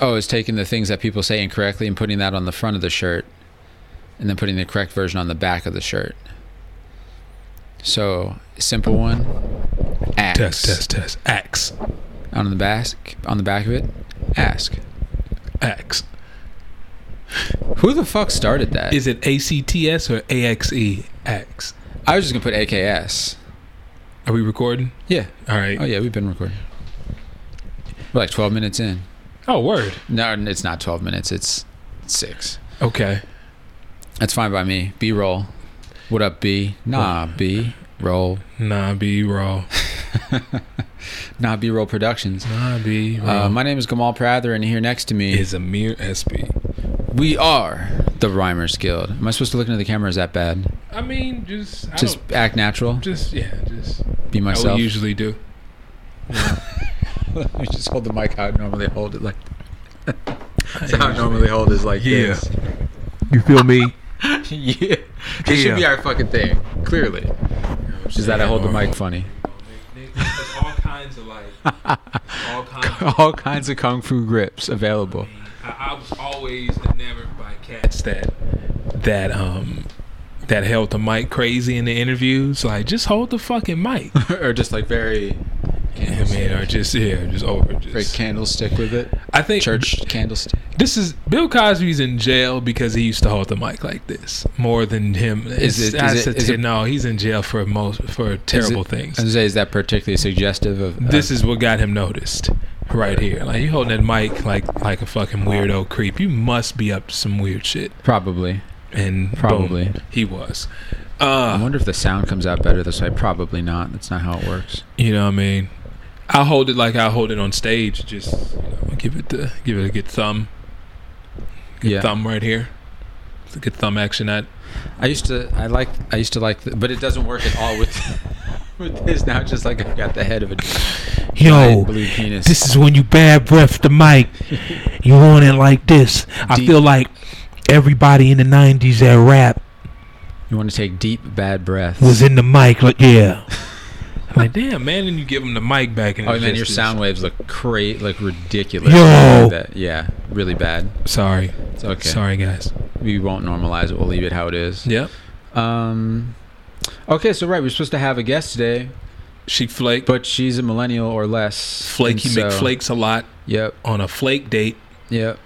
Oh, it's taking the things that people say incorrectly and putting that on the front of the shirt and then putting the correct version on the back of the shirt. So, simple one, ask. Test, test, test. Axe. On the back, on the back of it, ask. Axe. Who the fuck started that? Is it A C T S or A X E? Axe. I was just gonna put AKS. Are we recording? Yeah. All right. Oh yeah, we've been recording. We're like 12 minutes in. Oh, word. No, it's not 12 minutes. It's six. Okay. That's fine by me. B roll. What up, B? Nah, B roll. Nah, be raw. Nah, B roll Productions. Nah, be raw. Uh, my name is Gamal Prather, and here next to me is a mere SP. we are the Rhymers Guild. Am I supposed to look into the camera? Is that bad? I mean, just I Just don't, act natural. just yeah, just Be I myself. would usually do. Let me just hold the mic out. Normally hold it like. That's how I normally hold is like Yeah. You feel me? yeah. This should Yeah. be our fucking thing. Clearly. Is that I hold the mic funny? all kinds of like, all kinds. All kinds of kung fu grips available. I, I was always enamored by cats that that um that held the mic crazy in the interviews. Like, just hold the fucking mic. or just like very. I mean, or just yeah, just over. Very Just. candlestick with it. I think Church candlestick. This is Bill Cosby's in jail because he used to hold the mic like this more than him. Is It's- it- is I it- said is to- it- no, he's in jail for most for terrible things. I was gonna say, is that particularly suggestive of of- this is what got him noticed right here. Like you holding that mic like like a fucking weirdo creep. You must be up to some weird shit. probably. And boom, Probably. he was. I Uh, wonder if the sound comes out better this way. Probably not. That's not how it works. you know what I mean? I hold it like I hold it on stage. Just you know, give it the give it a good thumb. Good Yeah. thumb right here. It's a good thumb action. That I used to. I like. I used to like. The, but it doesn't work at all with with this now. Just like I've got the head of a giant blue penis. This is when you bad breath the mic. You want it like this. I Deep. feel like everybody in the '90s that rap you want to take deep bad breaths. was in the mic. Like, yeah, like damn man, and you give him the mic back. And oh it's man, your just- sound waves look cra like ridiculous. Yo. That- yeah, really bad. Sorry, It's okay. sorry guys. We won't normalize it. We'll leave it how it is. Yep. Um. Okay, so right, we're supposed to have a guest today, She flake, but she's a millennial or less. flaky and so- McFlakes a lot Yep. on a flake date. Yep.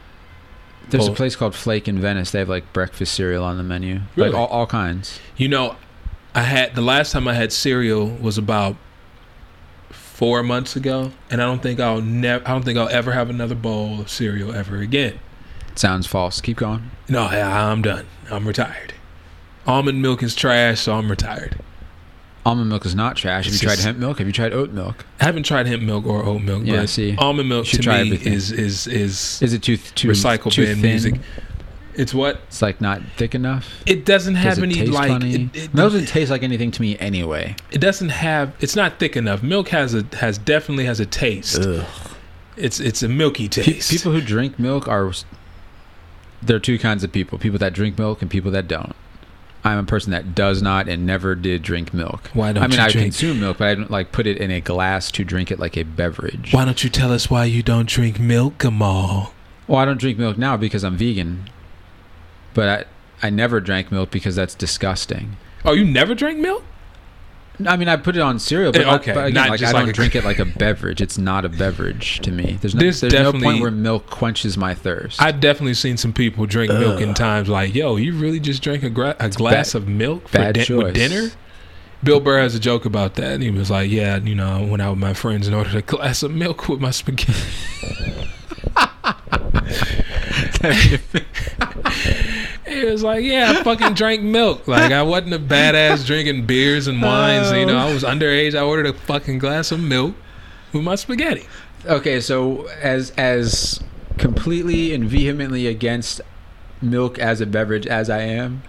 There's a Well- place called Flake in Venice. They have like breakfast cereal on the menu, Really? like all, all kinds. You know, I had the last time I had cereal was about four months ago, and I don't think I'll never. I don't think I'll ever have another bowl of cereal ever again. Sounds false. Keep going. No, I- I'm done. I'm retired. Almond milk is trash, so I'm retired. Almond milk is not trash. Have you It's tried just- hemp milk? Have you tried oat milk? I haven't tried hemp milk or oat milk, Yeah, but see. almond milk You should to try me everything. is is is Is it too th- too recycle too bin thin? music. It's what It's like not thick enough. it doesn't have Does it any taste like funny? It, it- It doesn't taste like anything to me anyway. it doesn't have it's not thick enough. Milk has a has definitely has a taste. It's it's a milky Pe- taste. people who drink milk are there are two kinds of people: people that drink milk and people that don't. I'm a person that does not and never did drink milk. Why don't I mean, you I drink- consume milk, but I don't like put it in a glass to drink it like a beverage. Why don't you tell us why you don't drink milk, Gamal? Well, I don't drink milk now because I'm vegan, but I I never drank milk because that's disgusting. Oh, you never drank milk? I mean, I put it on cereal, but, Eh, not- okay, but again, not like, just I like don't a- drink it like a beverage. It's not a beverage to me. There's no, There's there's, no point definitely- where milk quenches my thirst. I've definitely seen some people drink milk in times like, yo, you really just drank a, gra- a glass bad- of milk for bad din- with choice. dinner? Bill Burr has a joke about that. he was like, yeah, you know, I went out with my friends and ordered a glass of milk with my spaghetti. He was like, yeah, I fucking drank milk. Like, I wasn't a badass drinking beers and wines. You know, I was underage. I ordered a fucking glass of milk with my spaghetti. okay, so as as completely and vehemently against milk as a beverage as I am,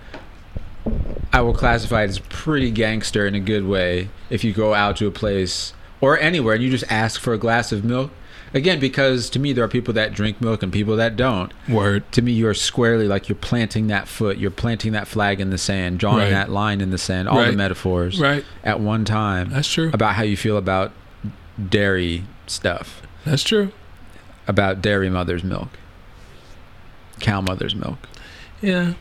I will classify it as pretty gangster in a good way if you go out to a place or anywhere and you just ask for a glass of milk. Again, because to me there are people that drink milk and people that don't. Word. to me you're squarely like you're planting that foot you're planting that flag in the sand drawing Right. that line in the sand all Right. the metaphors Right. at one time That's true. about how you feel about dairy stuff That's true. about dairy mother's milk, cow mother's milk. Yeah.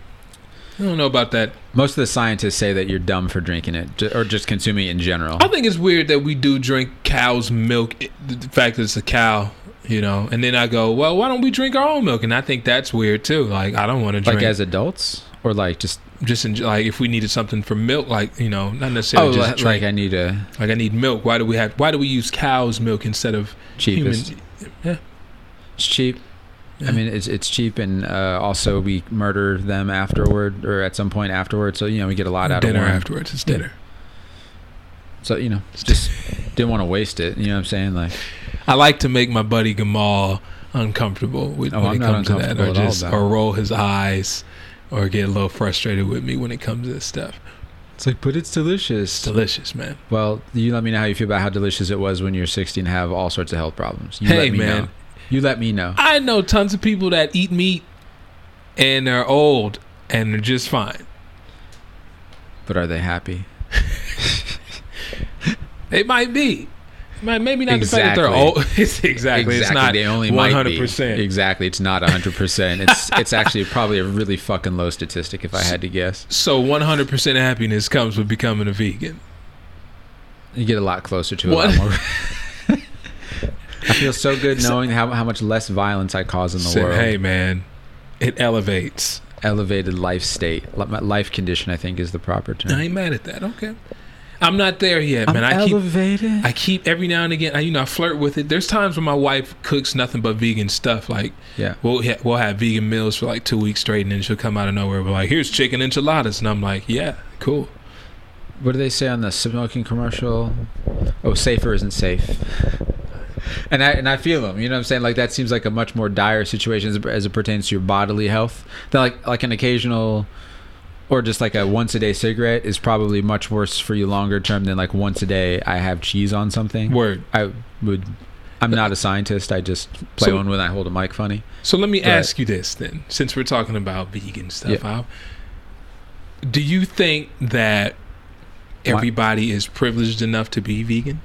I don't know about that. Most of the scientists say that you're dumb for drinking it ju- or just consuming it in general. I think it's weird that we do drink cow's milk, i- the fact that it's a cow, you know. And then I go, well, why don't we drink our own milk? And I think that's weird too. Like, I don't want to drink. Like as adults or like just just in, like if we needed something for milk, like you know, oh not necessarily just like, drink. I need a Like, I need milk. Why do we have? Why do we use cow's milk instead of human? cheapest. It's cheap. I Yeah. mean it's it's cheap and uh, also we murder them afterward or at some point afterward so you know we get a lot out dinner of one. afterwards. It's dinner. So you know just didn't want to waste it. You know what I'm saying? Like I like to make my buddy Gamal uncomfortable with, Oh, when I'm it not comes to that, or uncomfortable at all just about it. or roll his eyes, or get a little frustrated with me when it comes to this stuff. it's like but it's delicious. It's delicious, man. Well, you let me know how you feel about how delicious it was when you're 60 and have all sorts of health problems. You Hey, let me man. know. You let me know. I know tons of people that eat meat and they're old and they're just fine. But are they happy? They might be. Might- Maybe not the fact that they're Exactly. old. It's exactly. It's not they only one hundred 100%. percent. Exactly. It's not 100%. It's it's actually probably a really fucking low statistic if I had to guess. So one hundred percent happiness comes with becoming a vegan. You get a lot closer to it. What? a lot more. I feel so good knowing how, how much less violence I cause in the Said, world. hey man, it elevates. Elevated life state. Li- my Life condition, I think, is the proper I term. ain't mad at that. Okay, I'm not there yet, man. I keep elevated. I keep every now and again. I, you know, I flirt with it. There's times when my wife cooks nothing but vegan stuff. Like yeah. we'll ha- we'll have vegan meals for like two weeks straight, and then she'll come out of nowhere. We're like, here's chicken enchiladas, and I'm like, yeah, cool. What do they say on the smoking commercial? Oh, safer isn't safe. And I and I feel them. You know what I'm saying? Like that seems like a much more dire situation as, as it pertains to your bodily health. Than like like an occasional or just like a once a day cigarette is probably much worse for you longer term than like once a day I have cheese on something. Word. I would. I'm not a scientist. I just play So- one when I hold a mic funny. So let me Right. ask you this then, since we're talking about vegan stuff, I- do you think that My- everybody is privileged enough to be vegan?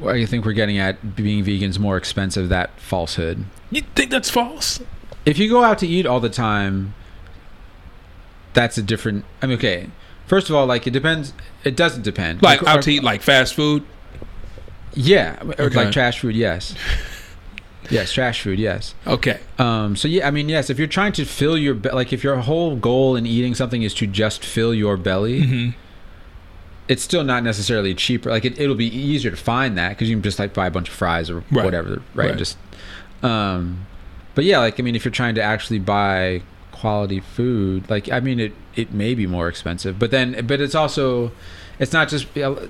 Well, I think we're getting at being vegans more expensive. That falsehood. You think that's false? if you go out to eat all the time that's a different i mean okay first of all like it depends it doesn't depend Like or- out to eat like fast food? yeah or Okay. like trash food yes yes trash food yes Okay. um so yeah i mean yes if you're trying to fill your be- like if your whole goal in eating something is to just fill your belly hmm it's still not necessarily cheaper. Like it, it'll be easier to find that because you can just like buy a bunch of fries or Right. whatever, right? Right. Just, um, but yeah, like I mean, if you're trying to actually buy quality food, like I mean, it it may be more expensive, but then, but it's also, it's not just Is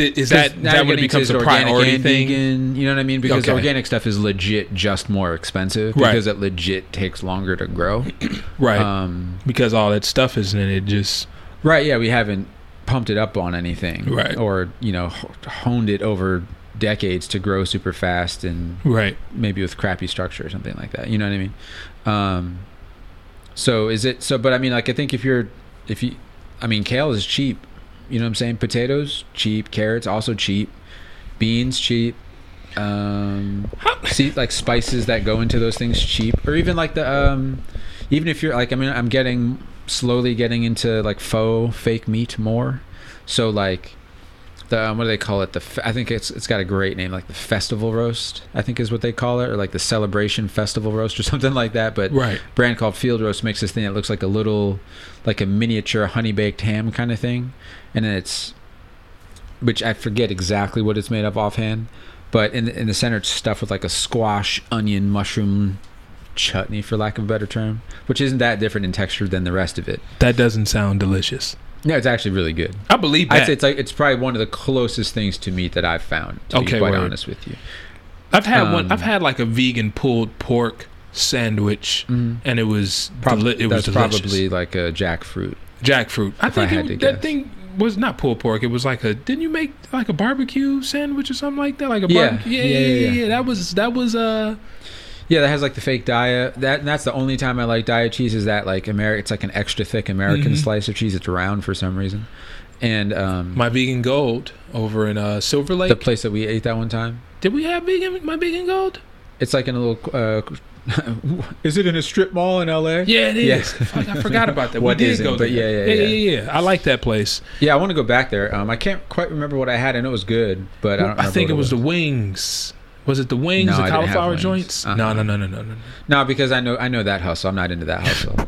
it because is that now that you're when it getting becomes to a organic priority and thing? vegan, you know what I mean? Because Okay. organic stuff is legit just more expensive Right. because it legit takes longer to grow. Right. Um, because all that stuff is in it, it just Right. Yeah, we haven't pumped it up on anything, Right. Or you know, h- honed it over decades to grow super fast and Right. maybe with crappy structure or something like that. You know what I mean? Um, so is it so? But I mean, like, I think if you're, if you, I mean, kale is cheap. You know what I'm saying? Potatoes cheap, carrots also cheap, beans cheap. Um, see, like spices that go into those things cheap, or even like the um, even if you're like, I mean, I'm getting slowly getting into like faux fake meat more. So like the um, what do they call it? The fe- I think it's it's got a great name, like the festival roast. I think is what they call it, or like the celebration festival roast, or something like that. But Right. a brand called Field Roast makes this thing that looks like a little, like a miniature honey baked ham kind of thing, and then it's, which I forget exactly what it's made of offhand, but in the, in the center it's stuffed with like a squash, onion, mushroom chutney for lack of a better term which isn't that different in texture than the rest of it That doesn't sound delicious. no it's actually really good I believe I'd that. say it's like it's probably one of the closest things to meat that I've found. To Okay, be quite word. honest with you. I've had one. um, I've had like a vegan pulled pork sandwich, and it was probably Mm-hmm. it was that's delicious. probably like a jackfruit. jackfruit. I if I think had it, to that guess. thing was not pulled pork. It was like a didn't you make like a barbecue sandwich or something like that? Like a Yeah. barbecue. Yeah, Yeah, yeah, yeah, yeah, yeah, yeah. That was that was uh Yeah, that has like the fake diet. That and that's the only time I like diet cheese is that like Ameri- It's like an extra thick American Mhm. slice of cheese. It's round for some reason, and um, My Vegan Gold over in uh, Silver Lake. the place that we ate that one time. Did we have vegan My Vegan Gold? It's like in a little. Uh, is it in a strip mall in L.A.? Yeah, it is. Yeah. Fuck, I forgot about that. What we did is it? go But there. yeah, yeah, yeah, yeah, yeah. I like that place. Yeah, I want to go back there. Um, I can't quite remember what I had. I know it was good, but I don't. I, remember think what it was the wings. Was it the wings, No, the I didn't have cauliflower wings. joints? Uh-uh. No, no, no, no, no, no. No, because I know I know that hustle. I'm not into that hustle.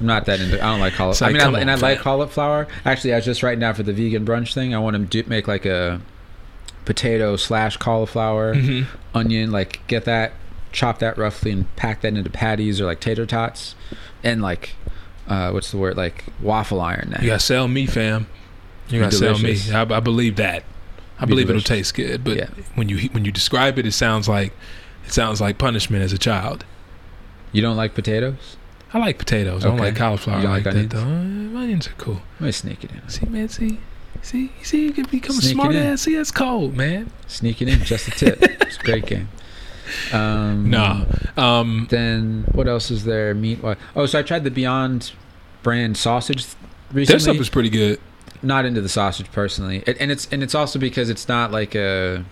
I'm not that into. I don't like It's cauliflower. like, I mean, come I, and I on, like fam. cauliflower. Actually, I was just writing down for the vegan brunch thing. I want to do, make like a potato slash cauliflower Mhm. onion. Like get that, chop that roughly, and pack that into patties or like tater tots, and like uh, what's the word like waffle iron. That. You gotta sell me, fam. You gotta Be sell me. delicious. I, I believe that. I Be believe it'll delicious. taste good. But Yeah. when you when you describe it, it sounds like it sounds like punishment as a child. You don't like potatoes? I like potatoes. I don't Okay. like cauliflower. You don't like, like that though. Uh, Onions are cool. Let me sneak it in. See, man, see, see, see, you can become Sneak it a smart in. ass. See, that's cold, man. Sneak it in. Just a tip. it's a great game. Um, Nah. Um, Then what else is there? Meat. wi- Oh, so I tried the Beyond brand sausage th- their stuff recently. is pretty good. not into the sausage personally, It- and it's and it's also because it's not like a.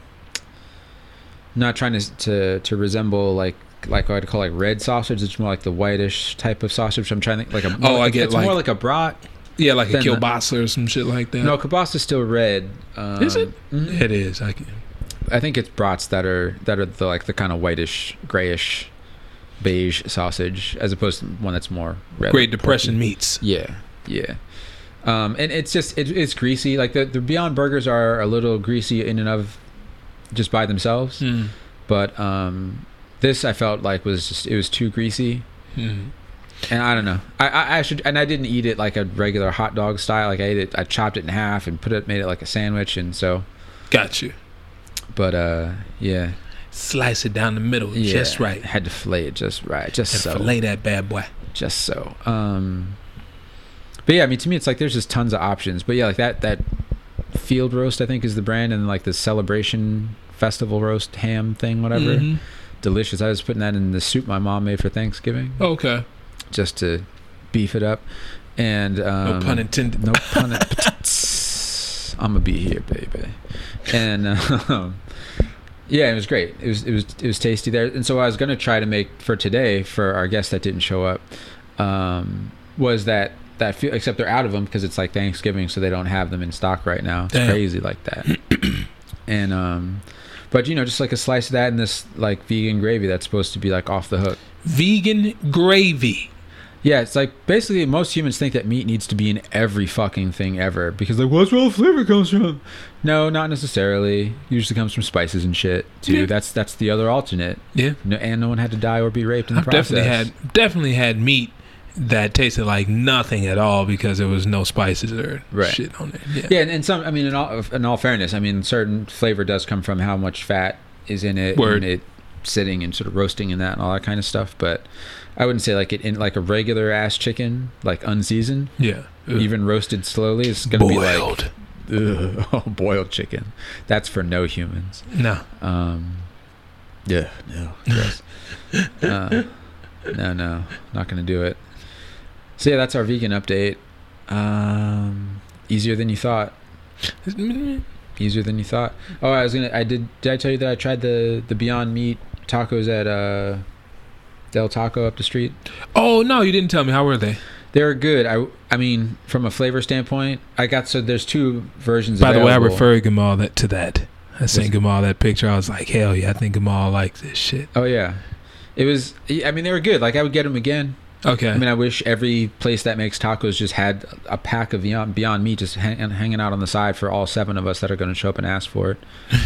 Not trying to s- to to resemble like like what I'd call like red sausage. It's more like the whitish type of sausage. I'm trying to like a. Oh, I get it's like- more like a brat. Yeah, like a Then the- kielbasa or some shit like that. No, kielbasa's still red. Um, Is it? mhm. it is. I can, I think it's brats that are that are the like the kind of whitish, grayish, beige sausage, as opposed to one that's more red. Great Depression meats. Yeah, yeah. Um, and it's just it, it's greasy. Like the, the Beyond Burgers are a little greasy in and of just by themselves, Mm. but um, this I felt like was just it was too greasy. Mm. And I don't know. I, I, I should and I didn't eat it like a regular hot dog style. Like I ate it, I chopped it in half and put it, made it like a sandwich. And so, Got you. but uh, yeah, Slice it down the middle, yeah, just right. Had to fillet it just right, just and so. fillet that bad boy. just so um but yeah i mean to me it's like there's just tons of options but yeah like that that field roast i think is the brand and like the celebration festival roast ham thing whatever Mhm. delicious i was putting that in the soup my mom made for thanksgiving Okay. just to beef it up and No um, pun intended. no pun intended i'm gonna be here baby and um yeah, it was great. It was it was it was tasty there. And so what I was gonna try to make for today for our guest that didn't show up um, was that that feel except they're out of them because it's like Thanksgiving, so they don't have them in stock right now. It's Damn. crazy like that. and um, but you know, just like a slice of that and this like vegan gravy that's supposed to be like off the hook. Vegan gravy. Yeah, it's like basically most humans think that meat needs to be in every fucking thing ever because like, well, that's where all the flavor comes from. No, not necessarily. Usually comes from spices and shit too. Yeah. That's that's the other alternate. Yeah. No, and no one had to die or be raped in the I've process. definitely had definitely had meat that tasted like nothing at all because there was no spices or Right. shit on it. Yeah. Yeah, and, and some. I mean, in all in all fairness, I mean, certain flavor does come from how much fat is in it Word. and it sitting and sort of roasting and that and all that kind of stuff. But I wouldn't say like it in like a regular ass chicken, like unseasoned, Yeah. Ugh. even roasted slowly, it's gonna be like boiled. Ugh, oh, boiled chicken. That's for no humans. no. Um, yeah, no, gross. uh, no, no, not gonna do it. So yeah, that's our vegan update. Um, easier than you thought. Easier than you thought. Oh, I was gonna. I did. Did I tell you that I tried the the Beyond Meat tacos at uh, Del Taco up the street? Oh no, you didn't tell me. How were they? They were good. I I mean, from a flavor standpoint, I got so there's two versions. By the way, I available. referred Gamal that to that. I sent Gamal that picture. I was like, hell yeah, I think Gamal likes this shit. Oh yeah, it was. I mean, they were good. Like I would get them again. Okay. I mean, I wish every place that makes tacos just had a pack of Beyond, Beyond Meat just hang, hanging out on the side for all seven of us that are going to show up and ask for it. And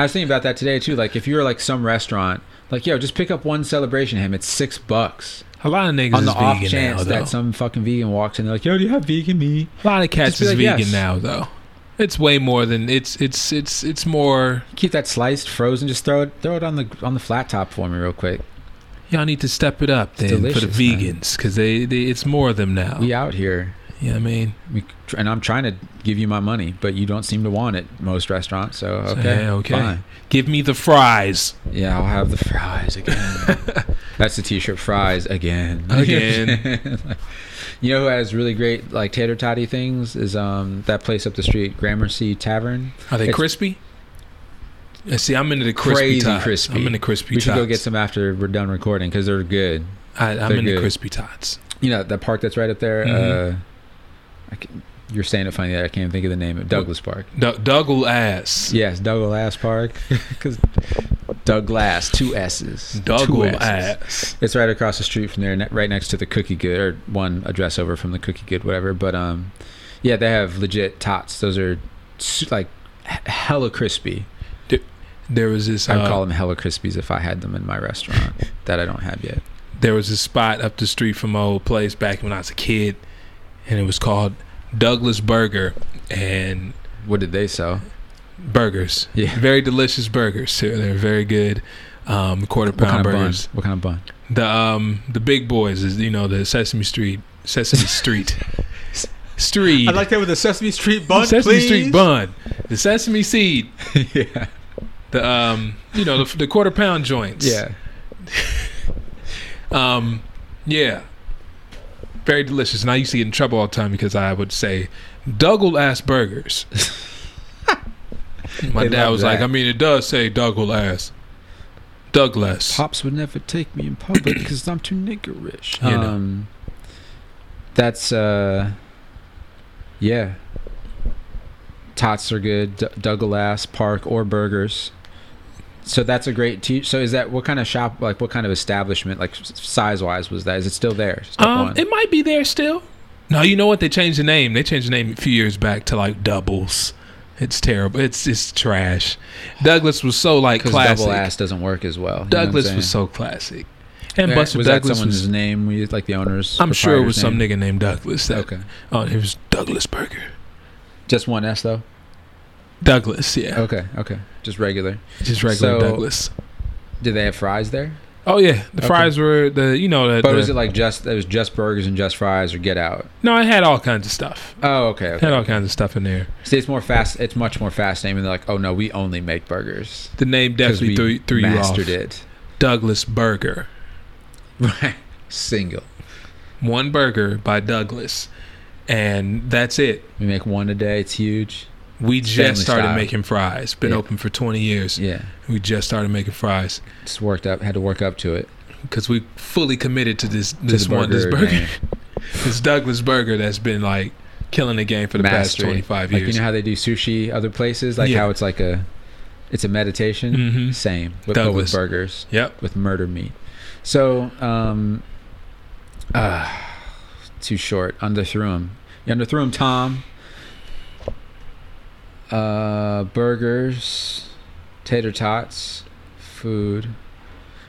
I was thinking about that today too. Like if you're like some restaurant, like yo, just pick up one celebration ham. It's six bucks a lot of niggas on the is off vegan chance now, though. that some fucking vegan walks in. They're like, yo, do you have vegan meat? a lot of cats just be is like, yes. vegan now, though. It's way more than it's it's it's it's more. Keep that sliced, frozen. Just throw it, throw it on the on the flat top for me real quick. Y'all need to step it up then for the delicious, man. vegans because they, they it's more of them now. We out here, You know what I mean? we, and I'm trying to give you my money, but you don't seem to want it. Most restaurants, so So, okay, yeah, okay. fine. Give me the fries Yeah, I'll have the fries again. That's the t-shirt fries again. Again. Like, You know who has really great like tater toddy things is um that place up the street, Gramercy Tavern. Are they It's crispy? Uh, See, I'm into the crispy Crazy tots. crispy. I'm into crispy We should tots. go get some after we're done recording because they're good. I, I'm They're into good. crispy tots. You know that park that's right up there. Mhm. Uh, I can, you're saying it funny that I can't even think of the name of Douglas Park. D- Dougal ass. Yes, Douglas Park, because Douglas two S's. Dougal two S's. ass. It's right across the street from there, ne- right next to the Cookie Good, or one address over from the Cookie Good, whatever. But um, yeah, they have legit tots. Those are s- like h- hella crispy. There was this. I'd uh, call them hella crispies if I had them in my restaurant that I don't have yet. there was this spot up the street from my old place back when I was a kid, and it was called Douglas Burger and What did they sell? burgers. Yeah. Very delicious burgers. too. They're very good. Um, quarter What pound kind of bun? burgers. What kind of bun? The um the big boys is you know the Sesame Street Sesame Street Street that with the Sesame Street Sesame Street bun the Sesame seed yeah. the um you know the, the quarter pound joints Yeah. Um, yeah. Very delicious. And I used to get in trouble all the time because I would say Dougal ass burgers. My They dad love was like, that. I mean, it does say Dougal ass. Douglas. Pops would never take me in public because I'm too niggerish. You know. um, that's uh, yeah. Tots are good. D- Douglas Park or burgers. So that's a great. Te- so is that what kind of shop? Like what kind of establishment? Like size wise was that? Is it still there? Step Um, one. it might be there still. No, you know what? They changed the name. They changed the name a few years back to like Doubles. It's terrible. It's it's trash. Douglas was so like 'Cause classic. double ass doesn't work as well. you know what I'm Douglas saying? was so classic. And Yeah, Buster was that Douglas someone's was. name? We like the owners. I'm sure it was some proprietor's name? nigga named Douglas. That, Okay, Oh, it was Douglas Burger. just one S though. Douglas, yeah. Okay, okay, just regular. Just regular Oh, So- Douglas. Did they have fries there? Oh yeah, the Okay. fries were the you know the, But the- was it like just it was just burgers and just fries or get out? no, it had all kinds of stuff. Oh, okay. It okay. had all kinds of stuff in there. See, it's more fast. It's much more fascinating. They're like, oh no, we only make burgers. The name 'Cause definitely we threw, threw you off. mastered it. Douglas Burger, Right. Single. one burger by Douglas, and that's it. We make one a day. It's huge. We family just started style. making fries. Been Yeah. open for 20 years. Yeah. We just started making fries Just worked up. Had to work up to it. because we fully committed to this To this the one this burger name. this Douglas Burger that's been like killing the game for the Mastery. past 25 Like years. you know how they do sushi other places, like Yeah. how it's like a, it's a meditation. Mhm. Same. With, but Douglas. with burgers. Yep. with murder meat. So, um, uh, too short. Underthrew him. You underthrew him, Tom. Uh, burgers, tater tots, food.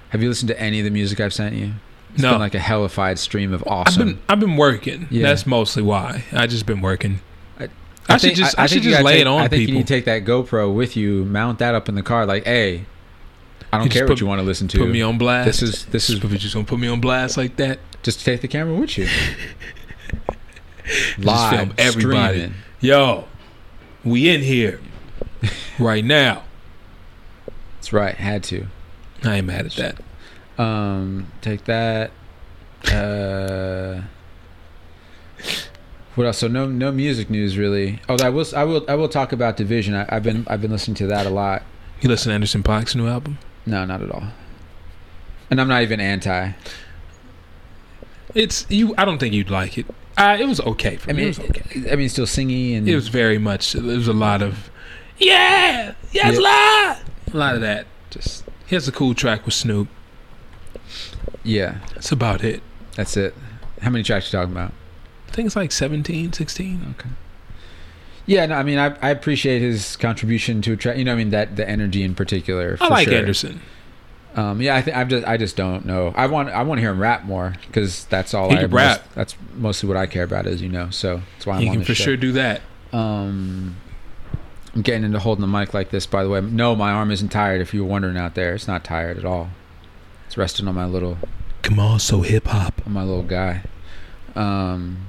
Have you listened to any of the music I've sent you? It's No. been like a hellified stream of I've awesome. been I've been working. Yeah. That's mostly why. I just been working. I, I- I should think- just I, think should you just gotta lay take- it on I think people. you need to take that GoPro with you, mount that up in the car. Like, hey, I don't You just care put- what you want to listen to. put me on blast. this is this is If you're just gonna put me on blast like that. Just take the camera with you. film everybody. streaming. Yo, we in here right now. That's right. Had to. I ain't mad at that. Um, take that. Uh, what else? So no, no music news really. Oh, I will. s- I will. I will talk about Division. I, I've been. I've been listening to that a lot. You listen to Anderson Paak's new album? No, not at all. And I'm not even anti. It's you. I don't think you'd like it. I, it was okay for I me. It mean, was okay. I mean, still singy and It was very much. It was a lot of yeah, yes, Yeah. la. A lot of that. just He has a cool track with Snoop. yeah. That's about it. That's it. How many tracks you talking about? I think it's like 17, 16. Yeah, no, I mean, I, I appreciate his contribution to attract. You know, I mean that the energy in particular. For I like sure. Anderson. Um, yeah, I think I'm just I just don't know. I want I want to hear him rap more because that's all He I can rap. most- that's mostly what I care about, as you know. So that's why I'm He on can this for show. sure do that. Um, I'm getting into holding the mic like this. By the way, no, my arm isn't tired. If you were wondering out there, it's not tired at all. It's resting on my little Come on, so hip hop. on my little guy. Um,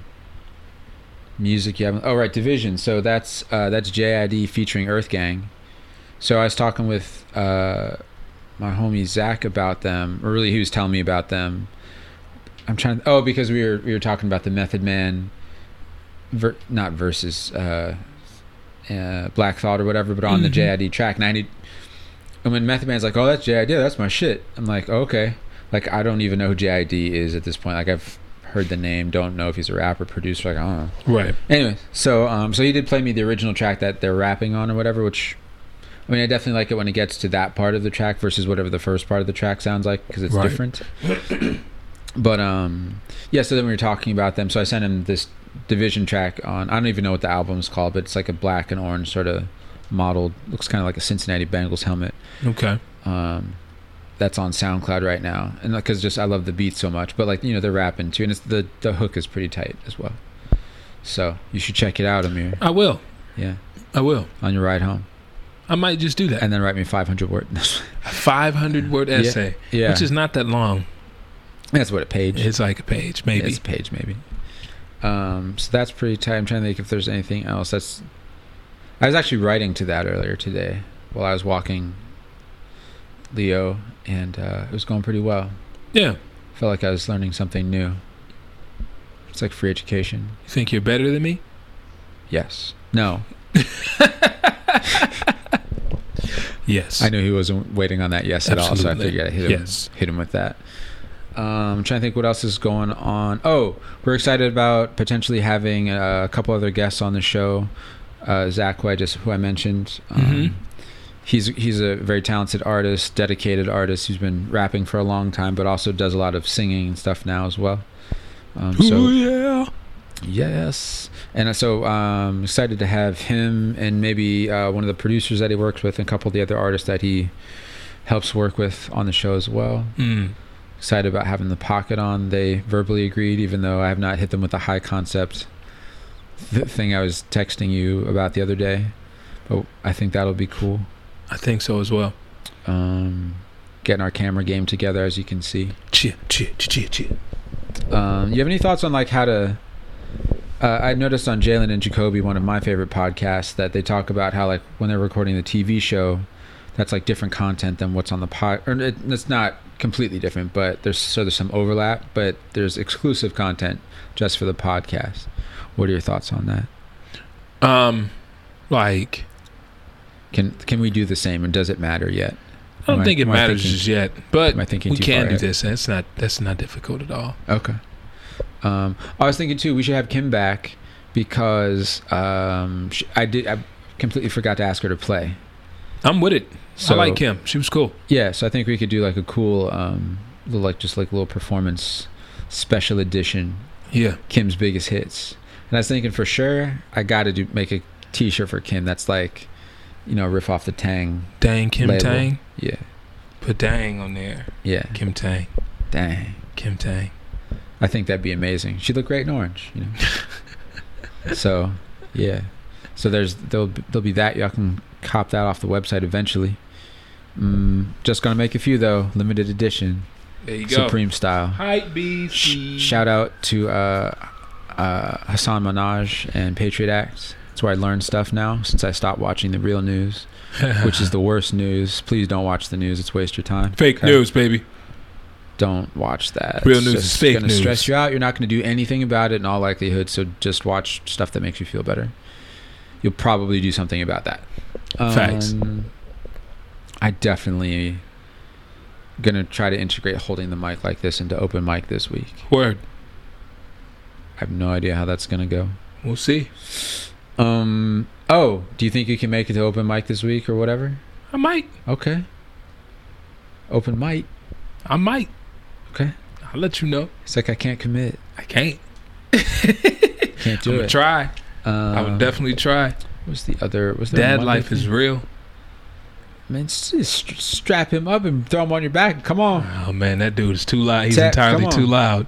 music you haven't. Oh right, Division. So that's uh, that's JID featuring Earth Gang. So I was talking with uh, my homie Zach about them. Or really, he was telling me about them I'm trying. Oh, because we were we were talking about the Method Man, ver, not versus uh, uh, Black Thought or whatever, but on the JID track ninety. And when Method Man's like, "Oh, that's JID. That's my shit." I'm like, oh, "Okay." Like I don't even know who JID is at this point. Like I've heard the name, don't know if he's a rapper, producer. Like I don't know. Right. Anyway, so um, so he did play me the original track that they're rapping on or whatever, which. I mean, I definitely like it when it gets to that part of the track versus whatever the first part of the track sounds like because it's Right. different. but um, yeah. So then we were talking about them. So I sent him this division track on. I don't even know what the album's called, but it's like a black and orange sort of modeled. Looks kind of like a Cincinnati Bengals helmet Okay. um, that's on SoundCloud right now, and because just I love the beat so much, but like you know they're rapping too, and it's the the hook is pretty tight as well. So you should check it out, Amir. I will. Yeah, I will. on your ride home, I might just do that. and then write me 500 words. A 500 word Yeah. essay, yeah, which is not that long. that's what a page. It's like a page, maybe. It's a page maybe. Um, so that's pretty tight. I'm trying to think if there's anything else. That's I was actually writing to that earlier today while I was walking Leo, and uh, it was going pretty well. yeah. You felt like I was learning something new. It's like free education. think you're better than me? Yes. No. Yes. I knew he wasn't waiting on that yes at all, so I Absolutely. figured I hit him, Yes. hit him with that. Um, I'm trying to think what else is going on. Oh, we're excited about potentially having uh, a couple other guests on the show. Uh, Zach, who I just who I mentioned, um, Mhm. he's he's a very talented artist, dedicated artist who's been rapping for a long time, but also does a lot of singing and stuff now as well. Um, so Ooh, yeah. Yes, and so um, excited to have him and maybe uh, one of the producers that he works with, and a couple of the other artists that he helps work with on the show as well. Mm. Excited about having the pocket on. They verbally agreed, even though I have not hit them with the high concept th- thing I was texting you about the other day. But I think that'll be cool. I think so as well. Um, getting our camera game together, as you can see. Cheer, cheer, cheer, cheer, cheer. Um, you have any thoughts on like how to? Uh, I noticed on Jalen and Jacoby, one of my favorite podcasts, that they talk about how like when they're recording the TV show, that's like different content than what's on the pod. Or it, it's not completely different, but there's so there's some overlap, but there's exclusive content just for the podcast. What are your thoughts on that? Um, like, Can can we do the same, and does it matter yet? I don't Am think it am matters thinking- just yet, but am I thinking we too can far do ahead? this. That's not that's not difficult at all. Okay. Um, I was thinking too. We should have Kim back because um, sh I did. I completely forgot to ask her to play. I'm with it. So I like Kim. She was cool. Yeah. So I think we could do like a cool, um, little, like just like little performance special edition Yeah. Kim's biggest hits. And I was thinking for sure I got to do make a T-shirt for Kim. That's like, you know, riff off the Tang. Dang Kim Label. Tang. Yeah. Put Dang on there. Yeah. Kim Tang. Dang. Kim Tang. I think that'd be amazing. She'd look great in orange, you know. so, yeah. So there's there'll be- there'll be that. Y'all can cop that off the website eventually. Mm, just gonna make a few though, limited edition, There you go. Supreme style. Hype beast. Sh- shout out to uh, uh, Hassan Minaj and Patriot Act. That's where I learned stuff now since I stopped watching the real news, which is the worst news. Please don't watch the news; it's waste your time. fake Okay? news, baby. don't watch that. Real It's news is just fake gonna news. stress you out. You're not going to do anything about it in all likelihood. So just watch stuff that makes you feel better. You'll probably do something about that. Facts. Um, I definitely gonna try to integrate holding the mic like this into open mic this week. Word. I have no idea how that's gonna go. We'll see. Um. Oh, do you think you can make it to open mic this week or whatever? I might. Okay. Open mic. I might. Okay. I'll let you know. It's like I can't commit. I can't. Can't I'm do gonna it. try. I Um, would definitely try. What's the other? Was there Dad one life other Uh, is thing? real. Man, s- just st- strap him up and throw him on your back. Come on. Oh man, that dude is too loud. He's Tap, entirely come too on. loud.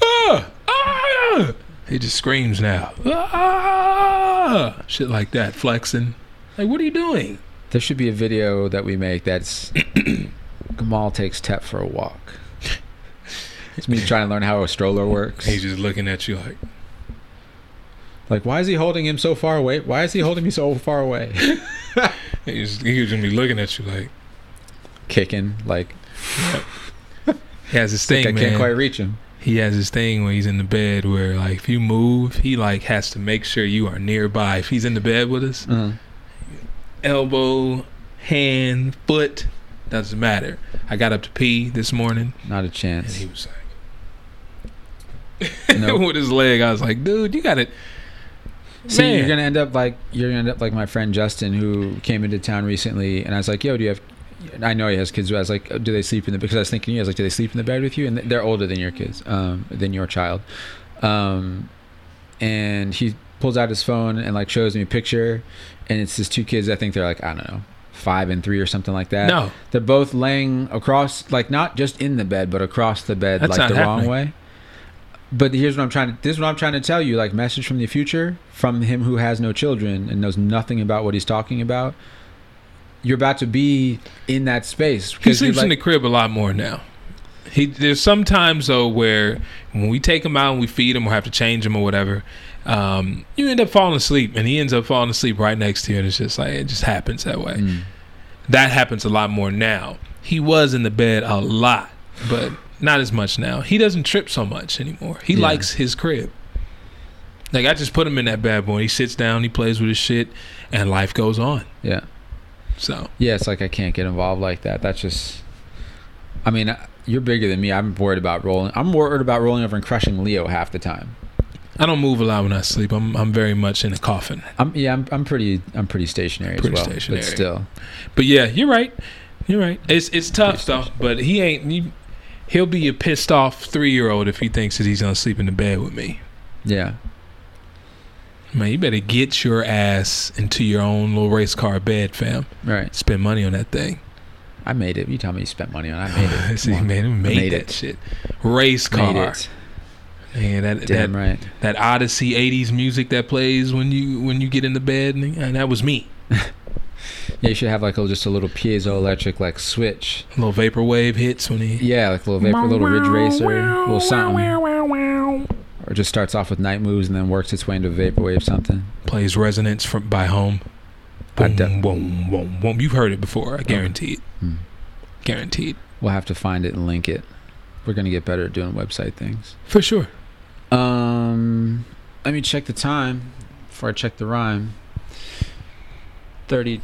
Ah! Ah! He just screams now. Ah! Shit like that, flexing. Like, what are you doing? There should be a video that we make that's Gamal takes Tep for a walk. It's me trying to learn how a stroller works. He's just looking at you like, Like, why is he holding him so far away? Why is he holding me so far away? he's, he's gonna be looking at you like, Kicking, like, he has this thing, I man. can't quite reach him. he has this thing when he's in the bed where like if you move, he like has to make sure you are nearby. If he's in the bed with us, Uh-huh. elbow, hand, foot, doesn't matter. I got up to pee this morning Not a and chance. he was like No. with his leg. I was like, dude, you got it. See, you're Man. gonna end up like you're gonna end up like my friend Justin who came into town recently, and I was like, "Yo, do you have?" and I know he has kids. But I was like, oh, "Do they sleep in the?" Because I was thinking, you, I was like, "Do they sleep in the bed with you?" And they're older than your kids, um, than your child. Um, and he pulls out his phone and like shows me a picture, and it's just two kids. I think they're like I don't know, five and three or something like that. No, They're both laying across, like not just in the bed, but across the bed, That's like not the wrong happening. way. But here's what I'm trying to. This is what I'm trying to tell you. Like message from the future, from him who has no children and knows nothing about what he's talking about. You're about to be in that space. he 'cause you're sleeps in the like- crib a lot more now. He there's some times though where when we take him out and we feed him or have to change him or whatever, um, you end up falling asleep and he ends up falling asleep right next to you and it's just like it just happens that way. Mm. That happens a lot more now. He was in the bed a lot, but not as much now. He doesn't trip so much anymore. He Yeah. likes his crib. Like I just put him in that bad boy. He sits down, he plays with his shit, and life goes on. yeah, So yeah. It's like I can't get involved like that. That's just. I mean, uh, you're bigger than me. I'm worried about rolling. I'm worried about rolling over and crushing Leo half the time. I don't move a lot when I sleep. I'm I'm very much in a coffin. I'm yeah. I'm, I'm pretty. I'm pretty stationary Pretty as well. stationary. But still, But yeah, you're right. You're right. It's it's tough Pretty though. But he ain't. He, he'll be a pissed off three year old if he thinks that he's gonna sleep in the bed with me. yeah. Man, you better get your ass into your own little race car bed, fam. Right. Spend money on that thing. I made it. You tell me you spent money on. it. I made it. See, Come on. man, he made, Made that it. shit. Race car. Made it. Man, that Damn that, right. that Odyssey '80s music that plays when you when you get in the bed, and, and that was me. Yeah, you should have like a, just a little piezoelectric like switch. Little vaporwave hits when he. Yeah, like a little vapor, little ridge racer, little something, something. or just starts off with night moves and then works its way into vaporwave something. plays Resonance from by Home. I Boom, de- boom, boom, boom. You've heard it before, I guarantee it. Hmm. Guaranteed. We'll have to find it and link it. We're gonna get better at doing website things. For sure. Um, let me check the time before I check the rhyme. Thirty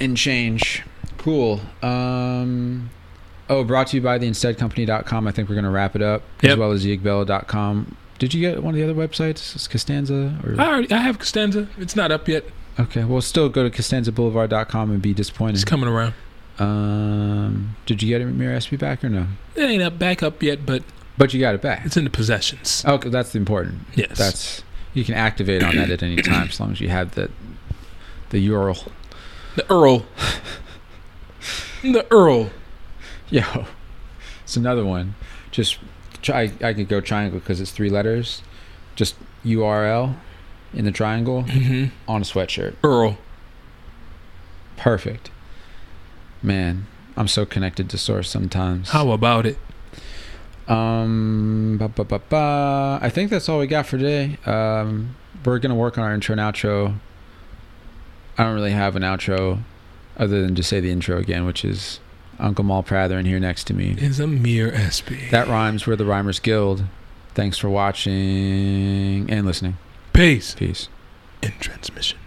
and change. Cool. Um, oh, brought to you by the insteadcompany.com. I think we're gonna wrap it up as Yep. well as yegbella.com. Did you get one of the other websites? Is Costanza or I already I have Costanza. It's not up yet. okay? Well, still go to costanzaboulevard.com and be It's disappointed. coming around. Um, did you get it, Mir SB back or no? It ain't up back up yet, but But you got it back. it's in the possessions. Okay, that's important. Yes. That's you can activate on that at any time as long as you have the the URL. the Earl. the Earl. Yo, it's another one. Just try. I could go triangle because it's three letters. Just URL in the triangle Mm-hmm. on a sweatshirt. Earl. Perfect. Man, I'm so connected to source sometimes. How about it? Um, ba, ba, ba, ba. I think that's all we got for today. Um, we're gonna work on our intro and outro. I don't really have an outro, other than just say the intro again, which is Uncle Mal Prather in here next to me. Is a mere SB. That rhymes. We're the Rhymers Guild. Thanks for watching and listening. Pace Peace. in transmission.